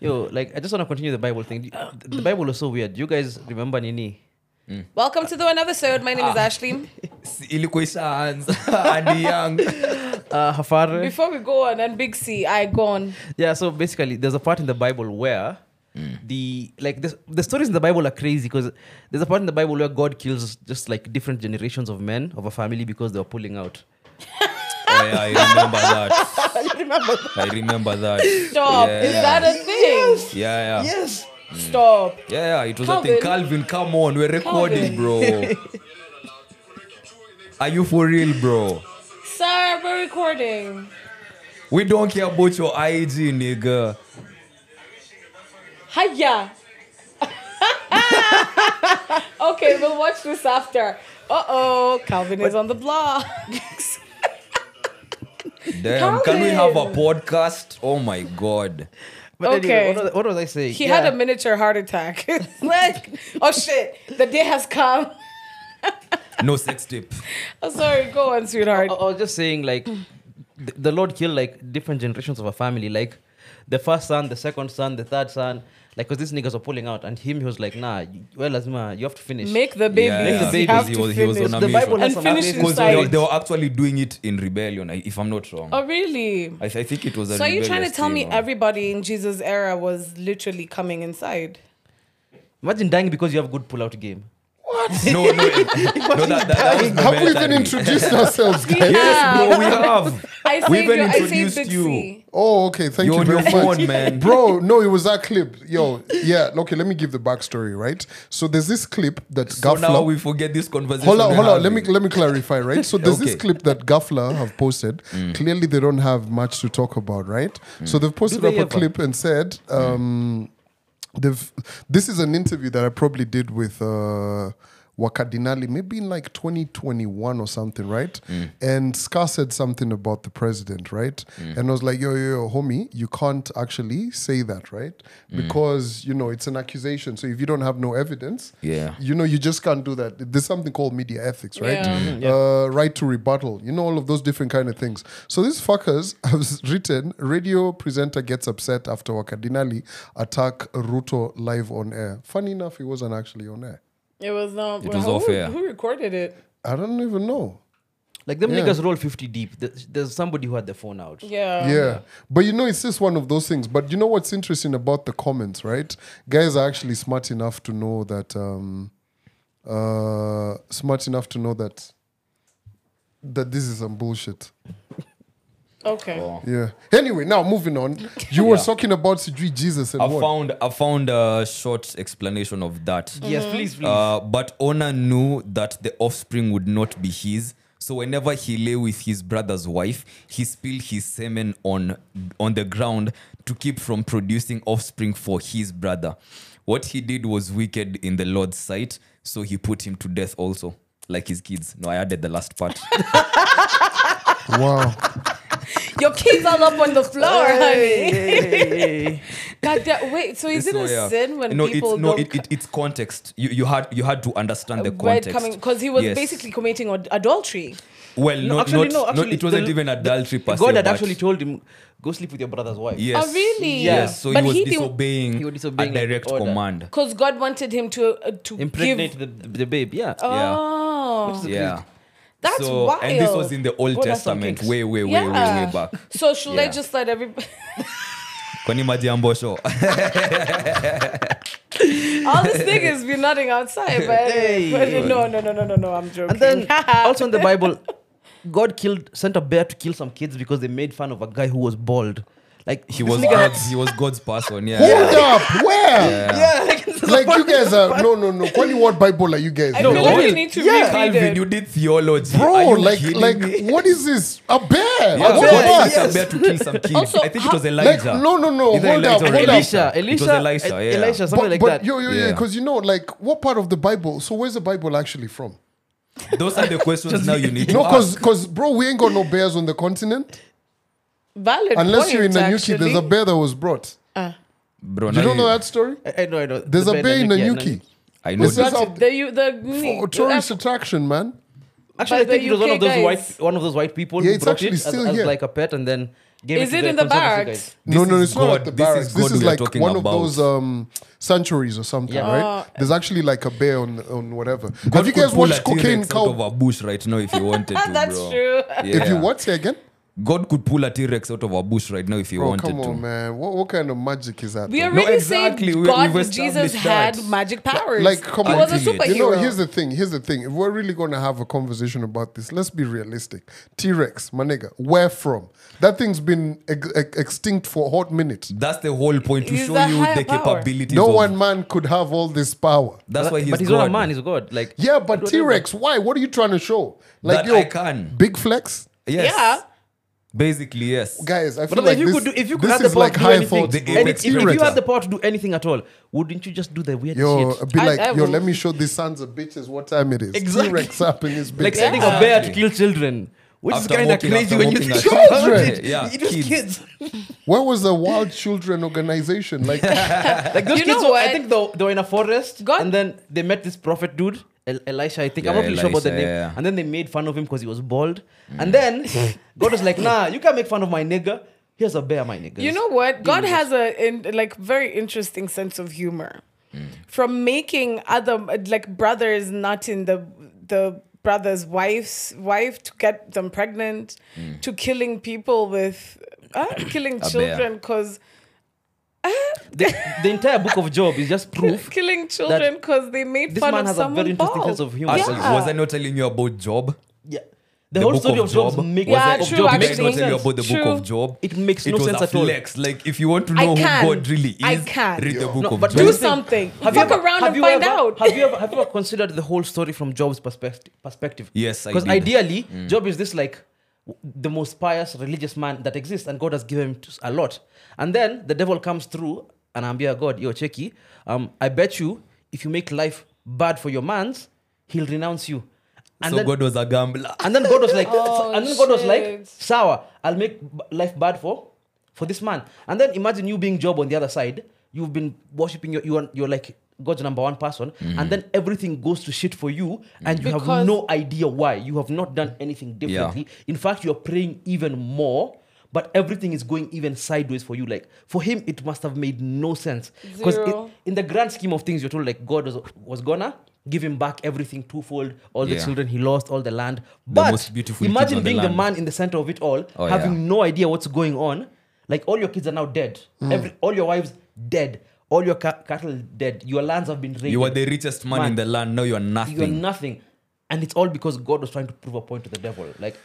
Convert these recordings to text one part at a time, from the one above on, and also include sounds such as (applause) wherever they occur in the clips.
Yo, like I just want to continue the Bible thing. The Bible is so weird. You guys remember Nini? Welcome to the another episode. My name Ah. is Ashley. Si- ilikuwa (laughs) ishaanza hadi young Uh, Hafar. Before we go on and Big C, I gone. yeah so basically there's a part in the bible where Hmm. the like this, the stories in the bible are crazy because there's a part in the bible where god kills just like different generations of men of a family because they were pulling out oh, yeah, I remember (laughs) that. I remember that. Stop. Yeah, Mm. Is that a thing? yeah, yeah. yes Stop. Yeah, yeah, it was a Calvin. thing. Calvin, come on, we're Calvin. (laughs) recording, bro. Are you for real, bro? Sir, we're recording. We don't care about your IG, nigga. Hiya. (laughs) okay, we'll watch this after. Uh oh, Calvin is on the blocks. Damn, can we Calvin. have a podcast? Oh my god. but Okay. anyway what was, what was i saying He had a miniature heart attack. (laughs) like, oh shit, the day has come. No sex (laughs) tape. I'm sorry, go on, sweetheart. Oh, I, I was just saying like the, the lord killed like different generations of a family like the first son the second son the third son like because these niggas were pulling out and him he was like nah you- well Azima, you have to finish Make the babies. Yeah, yeah. You Make the have babies. to He was- he was finish. on the bible has And some finish amazing Because they, were- Inside. they were actually doing it in rebellion, I- if I'm not wrong. Oh, really? I, th- I think it was a So are you trying to rebellious tell me thing, or- everybody in Jesus' era was literally coming inside? imagine dying because you have good pull out game (laughs) No, no, no, that, that, that was Have we even momentary. (laughs) introduced ourselves, guys? Yes, bro, we have. I We saved even you. I saved introduced Big you. C. Oh, okay. Thank You're you on very your much. phone, man. Bro, no, it was that clip. Yo, yeah. Okay, let me give the backstory, right? So there's this clip (laughs) that So Gaffler. now we forget this conversation. Hold on, we're hold on. Let me having. let me clarify, right? So there's this Okay. Mm. clip that Gaffler have posted. Clearly, they don't have much to talk about, right? So they've posted they up a ever? clip and said, um, "They've." This is an interview that I probably did with. Uh, Wakadinali, maybe in like 2021 or something, right? And Scar said something about the president, right? And I was like, yo, yo, yo, homie, you can't actually say that, right? Because, you know, it's an accusation. So if you don't have no evidence, Yeah. you know, you just can't do that. There's something called media ethics, right? Yeah. Mhm. Uh, right to rebuttal. You know, all of those different kind of things. So these fuckers (laughs) have written, radio presenter gets upset after Wakadinali attack Ruto live on air. Funny enough, he wasn't actually on air. It was not. It was who, off air. Who recorded it? I don't even know. Like them Yeah. niggas roll 50 deep. There's, there's somebody who had the phone out. Oh, Yeah. Yeah. But you know, it's just one of those things. But you know what's interesting about the comments, right? Guys are actually smart enough to know that, um, uh, smart enough to know that, that this is some bullshit. Okay. Oh. Yeah. Anyway, now (laughs) moving on. You were Yeah. talking about Sijui Jesus and I what? found I found a short explanation of that. Yes, Mm-hmm. please, please. Uh, but Ona knew that the offspring would not be his. So whenever he lay with his brother's wife, he spilled his semen on on the ground to keep from producing offspring for his brother. What he did was wicked in the Lord's sight, so he put him to death also, like his kids. No, I added the last part. Wow. Your kids all up on the floor, honey. Hey. God, da- wait, so is it So, a yeah. sin when no, people it's, no, don't it, it, it's context. You, you had you had to understand the where it context coming because he was Yes. basically committing ad- adultery? Well, No, not, actually, not, no, not- actually, it wasn't the- even adultery. per se, God had but- actually told him, go sleep with your brother's wife. Yes. Oh, really? Yes. So But he was he didn't- disobeying, He was disobeying, a like, direct order. command. Because God wanted him to uh, to Impregnate give. the, the babe. Yeah. Oh, Yeah. that's so, wild. And this was in the Old God has some Testament, kinks. way, way, way, way, Yeah. way back. So should I Yeah. just let (laughs) everybody? Kwani maji (laughs) ya mbosho? All this thing is be nodding outside, (laughs) but, anyway, Hey. but no, no, no, no, no, no. I'm joking. And then (laughs) also in the Bible, God killed sent a bear to kill some kids because they made fun of a guy who was bald. Like (laughs) he was nigga had- God's. He was God's person. Yeah. Hold up. Where? yeah, like, it's Like a you guys are no no no. Kwani what Bible are you guys? I No, feel what like we is- need to yeah. reread Calvin, it. you did theology. Bro, Are you like kidding like me? what is this? A bear? Yeah, God what bear, was sent a that? bear to kill some kids. Also, I think it how- was Like Elijah. no no no. Either Hold (laughs) up Elijah or hold Elisha. up. Elisha, It was Elisha, Elisha, Elisha, yeah. something But, like but that. yo yo yeah, Yeah. because you know like what part of the Bible? So where's the Bible actually from? Those are the questions now you need No, to ask. because because bro, we ain't got no bears on the continent Valid unless point, you're in Nanyuki. actually. There's a bear that was brought. Bro, You don't know that story? I, I know, I know. There's The a bear in yeah, Nanyuki. I know. This this. is That's how it. the you the for tourist attraction, man. Actually, I By the think it was one UK of those guys. white one of those white people Yeah, who it's brought actually it as, still as here. like a pet, and then Gave Is to it in the conservancy barracks? guys. No, This no, is it's not God- at the this is barracks. This God is we are like talking one of about. those um, sanctuaries or something, Yeah. right? Oh. There's actually like a bear on on whatever. God Have you could guys pull watched a T-Rex Cocaine out of Cowboy? a bush right now if he wanted to? ah, That's bro. true. If you Yeah. what, say again? God could pull a T Rex out of a bush right now if he Bro, wanted come to. on, man. What, what kind of magic is that? We though? already exactly. said We- God, we've Jesus established had that. magic powers. like, come he on. was a Ultimate. superhero. You know, here's the thing. Here's the thing. If we're really going to have a conversation about this, let's be realistic. T Rex, my nigga, where from? That thing's been ex- ex- extinct for a hot minute. That's the whole point to He's show the you higher the power. capabilities. No of- one man could have all this power. That's why he's, but he's God. not a man. He's God. Like Yeah, but T Rex, why? What are you trying to show? That Like, yo, I can. big flex? Yes. Yeah. Basically, yes. Guys, I feel But like if you this, could do, if you could have this the is power like to do high anything, thought. The any- apex if, if you predator. had the power to do anything at all, wouldn't you just do the weird Yo, shit? be I- like, I yo, will- let me show these sons of bitches what time it is. Exactly. T-Rex up in (laughs) his bitch. Like sending a Yeah. bear to kill children, which is After kind of walking- crazy after when you walking think at- about Children! it. Yeah, it was kids. kids. Where was the Wild Children (laughs) Organization? Like, Like those You kids, know were, I what? think they, were- they were in a forest, God- and then they met this prophet dude, El- Elisha, I think. I'm Yeah, not really sure about the Elisha, name. yeah. And then they made fun of him because he was bald. And then God was like, "Nah, you can't make fun of my nigga. Here's a bear, my nigga." You know what? God has a in, like very interesting sense of humor. Mm. From making other like brothers not in the the brother's wife's wife to get them pregnant, Mm. to killing people with (coughs) uh, killing bear. children because the, the entire book of Job is just proof. killing children because they made This fun man of has a someone very interesting bald. sense of humor. I- Yeah. Was I not telling you about Job? Yeah, the, whole book story of Job, makes Was Yeah, of true, Job did makes I no not tell you sense. about the book True. of Job? It makes it no was sense a at all. flex. Like, if you want to I know who can. God really is, I can. read the book No, of but Job. Do here's the thing. something. Have Fuck you ever- around have and you find ever- out. Have (laughs) you ever have you ever considered the whole story from Job's perspective? Perspective. Yes, I Because did. Mm. ideally, Job is this like w- the most pious religious man that exists, and God has given him t- a lot. And then the devil comes through and ambia God, yo cheki, um, I bet you if you make life bad for your man's, he'll renounce you. And So then, God was a gambler. and then God was like, Oh, and then God was like, shit. sour. I'll make b- life bad for, for this man. And then imagine you being Job on the other side. You've been worshiping your, you are, you're like God's number one person, and then everything goes to shit for you, and you have Because- no idea why. You have not done anything differently. In fact, you're praying even more. But everything is going even sideways for you. Like for him, it must have made no sense because Zero. in the grand scheme of things, you're told like God was, was gonna give him back everything twofold, all the Yeah. children he lost, all the land. But most beautiful kids imagine on the being the, land. man in the center of it all, Oh, having yeah. no idea what's going on. Like all your kids are now dead. Every, all your wives dead. All your ca- cattle dead. Your lands have been raided. You were the richest man, Man. in the land. Now you're nothing. You're nothing. And it's all because God was trying to prove a point to the devil. (laughs) Like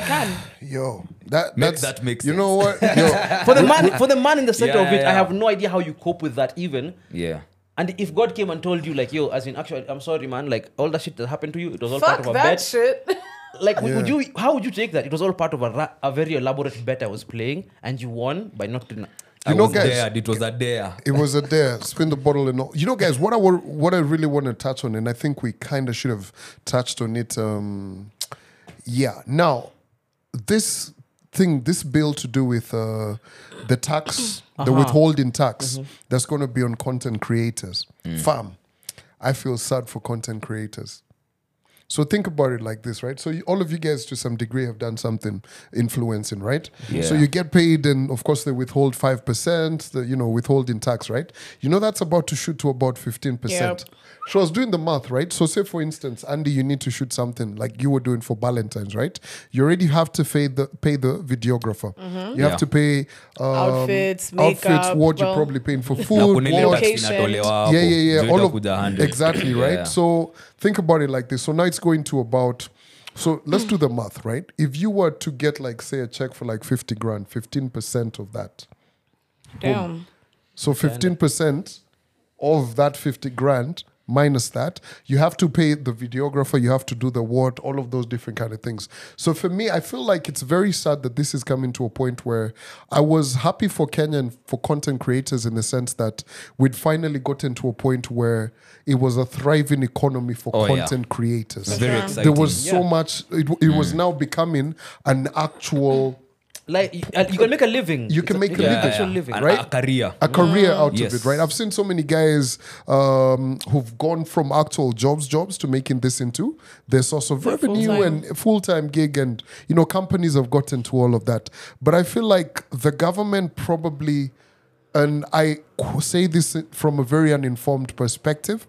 (laughs) can. yo, that Make that's, that make You know what? Yo, (laughs) for the man, for the man in the center Yeah, of it, I yeah. have no idea how you cope with that even. yeah. And if God came and told you, like, yo, as in, actually, I'm sorry, man, like, all that shit that happened to you, it was all part Fuck of a that bet. shit. (laughs) like would- would you how would you take that it was all part of a, ra- a very elaborate bet i was playing and you won by not doing I You know, was guys- dared. It was a dare. it was a dare. Spin the bottle and all. You know, guys, what I wa- what I really want to touch on, and I think we kind of should have touched on it. Um, yeah. Now, this thing, this bill to do with uh, the tax, the withholding tax, that's going to be on content creators. Fam, I feel sad for content creators. So think about it like this, right? So you, all of you guys, to some degree, have done something influencing, right? So Yeah. you get paid, and of course they withhold five percent, the you know withholding tax, right? You know that's about to shoot to about fifteen percent. So I was doing the math, right? So say for instance, Andy, you need to shoot something like you were doing for Valentine's, right? You already have to pay the pay the videographer. You have Yeah. to pay um, Mm-hmm. Outfits, outfits, makeup, what you're well- probably paying for Na food, kuna ile what, tax location. inatolewa hapo. yeah, yeah, yeah. Zote All of kuja 100. exactly Yeah, right. yeah. So think about it like this. So now it's going to about. So let's do the math, right? If you were to get like say a check for like fifty grand, fifteen percent of that. Damn. So fifteen percent of that fifty grand minus that you have to pay the videographer you have to do the what all of those different kind of things so for me i feel like it's very sad that this is coming to a point where i was happy for kenya and for content creators in the sense that we'd finally gotten to a point where it was a thriving economy for Oh, yeah. content creators It's very there exciting. Mm. was so much it, it was now becoming an actual like you, uh, you can make a living. You can It's make a yeah, uh, living, actual living. A- right? A career. a career out Yes. of it, right? I've seen so many guys um, who've gone from actual jobs, jobs to making this into their source of Their revenue full-time. and full time gig, and you know companies have gotten to all of that. But I feel like the government probably, and I qu- say this from a very uninformed perspective,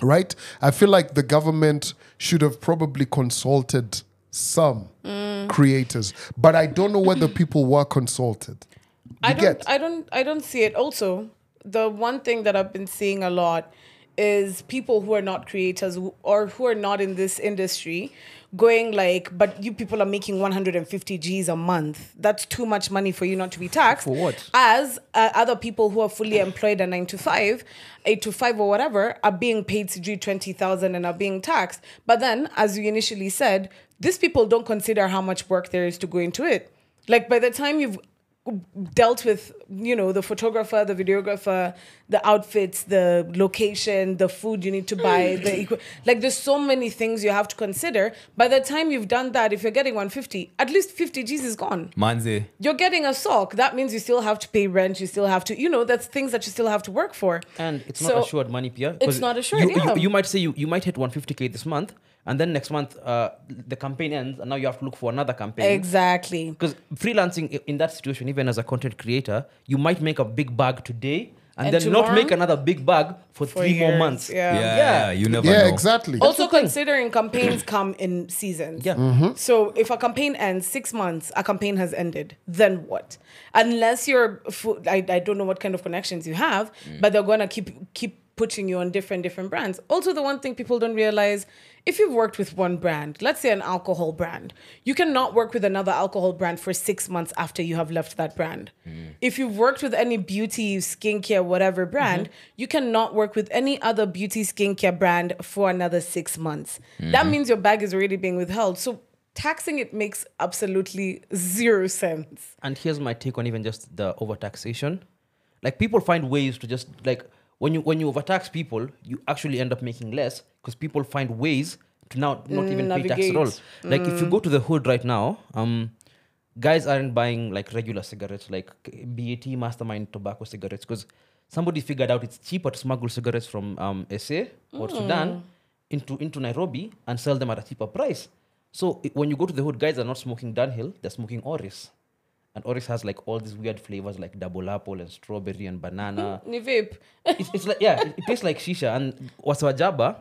right? I feel like the government should have probably consulted some Mm. creators, but I don't know whether people were consulted. I You don't get? I don't I don't see it. Also, the one thing that I've been seeing a lot is people who are not creators who- or who are not in this industry going like but you people are making 150 Gs a month. That's too much money for you not to be taxed. For what? As uh, other people who are fully employed at 9 to 5, 8 to 5 or whatever are being paid to 20,000 and are being taxed. But then as you initially said, these people don't consider how much work there is to go into it. Like by the time you've dealt with you know the photographer the videographer the outfits the location the food you need to buy (clears throat) the equi- like there's so many things you have to consider by the time you've done that if you're getting 150 at least 50 g's is gone Manze. you're getting a sock that means you still have to pay rent you still have to you know that's things that you still have to work for And it's So- not assured money, Pia. 'cause not assured, You, you- yeah. you, might say you, you might hit 150k this month, and then next month uh, the campaign ends, and now you have to look for another campaign. exactly Because freelancing i- in that situation, even as a content creator, you might make a big bag today and, And then not tomorrow? make another big bag for, For three more years, months. yeah. Yeah, Um, yeah, yeah. you never Yeah, know. exactly. also the thing. considering campaigns (clears throat) come in seasons Yeah. So if a campaign ends six months, a campaign has ended. Then what? Unless you're, fu- I, I don't know what kind of connections you have, Mm. but they're gonna keep keep putting you on different different brands. Also, the one thing people don't realize, if you've worked with one brand, let's say an alcohol brand, you cannot work with another alcohol brand for six months after you have left that brand. If you've worked with any beauty, skincare, whatever brand, you cannot work with any other beauty skincare brand for another six months. That means your bag is already being withheld. So taxing it makes absolutely zero sense. And here's my take on even just the overtaxation. Like people find ways to just like when you when you overtax people, you actually end up making less because people find ways to now not even pay tax at all. navigate. Like if you go to the hood right now, um, guys aren't buying like regular cigarettes, like BAT, Mastermind tobacco cigarettes, because somebody figured out it's cheaper to smuggle cigarettes from um, SA or Sudan into into Nairobi and sell them at a cheaper price. So i- when you go to the hood, guys are not smoking Dunhill; they're smoking Oris, and Oris has like all these weird flavors like double apple and strawberry and banana Ni vape. it's, it's like yeah, (laughs) it, it tastes like shisha, and wasawajaba,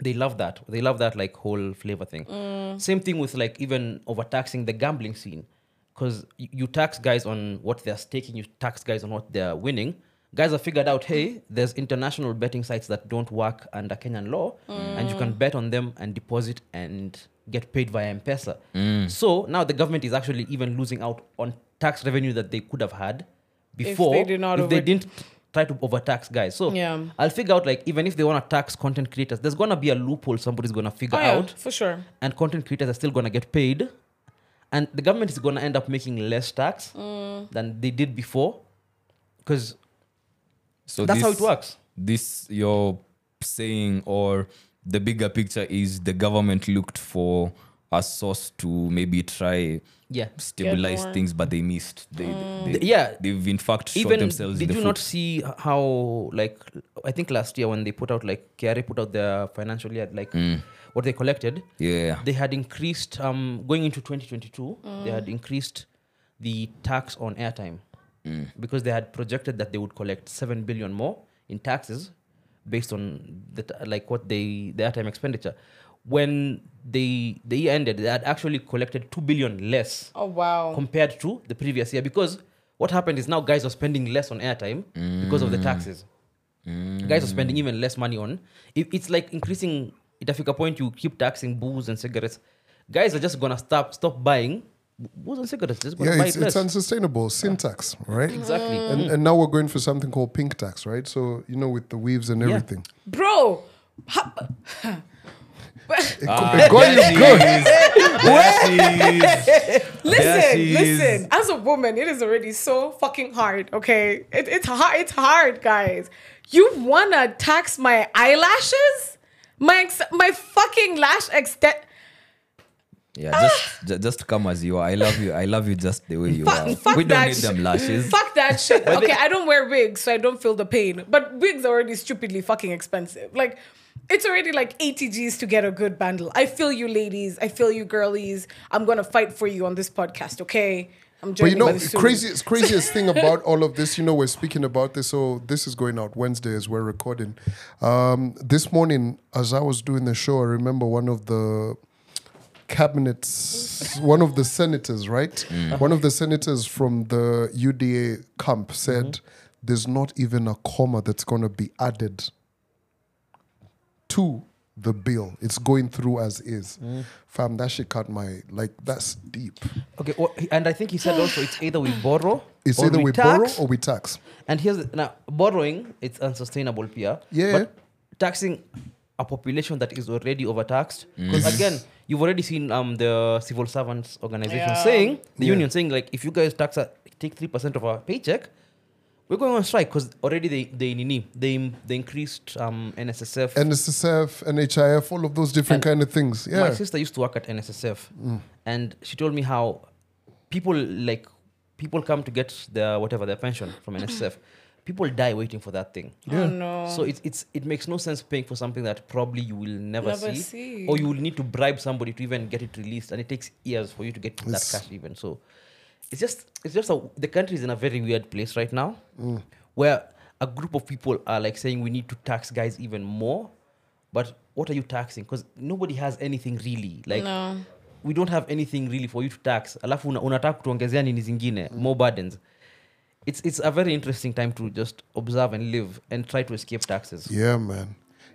they love that. They love that like whole flavor thing. Mm. Same thing with like even overtaxing the gambling scene, because you, you tax guys on what they're staking, you tax guys on what they're winning. Guys have figured out, hey, there's international betting sites that don't work under Kenyan law, Mm. and you can bet on them and deposit and get paid via M-Pesa. So now the government is actually even losing out on tax revenue that they could have had before they did not if they over- didn't try to overtax guys. So Yeah. I'll figure out like even if they want to tax content creators, there's gonna be a loophole somebody's gonna figure Oh, (laughs) yeah, out, for sure. and content creators are still gonna get paid, and the government is gonna end up making less tax Mm. than they did before, because So that's how this- it works. This your saying or the bigger picture is the government looked for a source to maybe try Yeah. Mm. stabilize more. things, but they missed. They, they, Yeah. they've in fact shot Even themselves did in the you foot. not see how like I think last year when they put out like Kiare put out their financial year like Mm. what they collected, yeah, they had increased um, going into 2022 they had increased the tax on airtime because they had projected that they would collect 7 billion more in taxes based on the t- like what they the airtime expenditure when they the year ended they had actually collected 2 billion less Oh wow. compared to the previous year because what happened is now guys are spending less on airtime because of the taxes guys are spending even less money on it, it's like increasing itafika point you keep taxing booze and cigarettes guys are just gonna stop stop buying b- booze and cigarettes just gonna yeah, buy it's, it less. it's unsustainable. Syntax, right? exactly And, and now we're going for something called pink tax, right? So, you know, with the weaves and everything. Bro. Ha- It could Uh, be going is good. listen, she is. listen. As a woman, it is already so fucking hard, okay? It, it's hard, it's hard, guys. You wanna tax my eyelashes? My ex- my fucking lash extent Yeah, just ju- just come as you are. I love you. I love you just the way you Fuck- are. fuck we don't that need shit. them lashes. Fuck that shit. okay, I don't wear wigs, so I don't feel the pain. But wigs are already stupidly fucking expensive. Like, it's already like 80 G's to get a good bundle. I feel you, ladies. I feel you, girlies. I'm gonna fight for you on this podcast, okay? I'm But you joining know, soon. craziest craziest thing about all of this, you know, we're speaking about this. So this is going out Wednesday as we're recording. Um, this morning, as I was doing the show, I remember one of the cabinets, one of the senators, right? One of the senators from the UDA camp said, "There's not even a comma that's going to be added to." The bill, it's going through as is, fam. That shit cut my like. That's deep. Okay, well, he- and I think he said also it's either we borrow, It's or either we, we tax, borrow or we tax. And here's the- now borrowing, it's unsustainable, Pia. Yeah. But taxing a population that is already overtaxed. Because again, you've already seen um the civil servants organization Yeah. saying the Yeah. union saying like if you guys tax a, take three percent of our paycheck, we're going on strike because already they they nini they they increased um NSSF. NSSF, NHIF, all of those different And kind of things. My Yeah. Mm. sister used to work at NSSF, and she told me how people like people come to get their whatever their pension (clears throat) from NSSF. People die waiting for that thing. Oh no. So it's it's it makes no sense paying for something that probably you will never, Never see, see. or you will need to bribe somebody to even get it released, and it takes years for you to get It's- that cash even. So it's just it's just a, the country is in a very weird place right now, where a group of people are like saying we need to tax guys even more, but what are you taxing? Because nobody has anything really like. no. We don't have anything really for you to tax. Alafu una- unataka kutuongezea nini zingine, more burdens. It's it's a very interesting time to just observe and live and try to escape taxes. Yeah, man.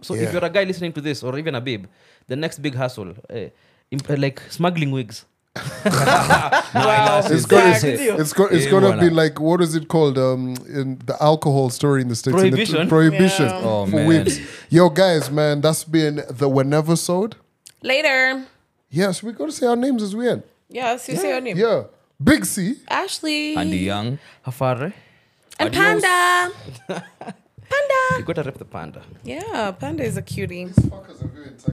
So Yeah. if you're a guy listening to this, or even a babe, the next big hustle, eh, imp- eh, like smuggling wigs. Wow. It's gonna, it's, Exactly. it's go- it's Eh, gonna be voilà. like what is it called? Um, in the alcohol story in the states, in the- Prohibition. prohibition. Yeah. Oh, for man. whips. Yo, guys, man, that's been the whenever sold. Later. Yes, we gotta say our names as we end. Yes, you say your name. Yeah, Big C. Ashley. Andy Young. Hafare, And Adios. Panda. Panda. you gotta rep the panda. Yeah, Panda is a cutie.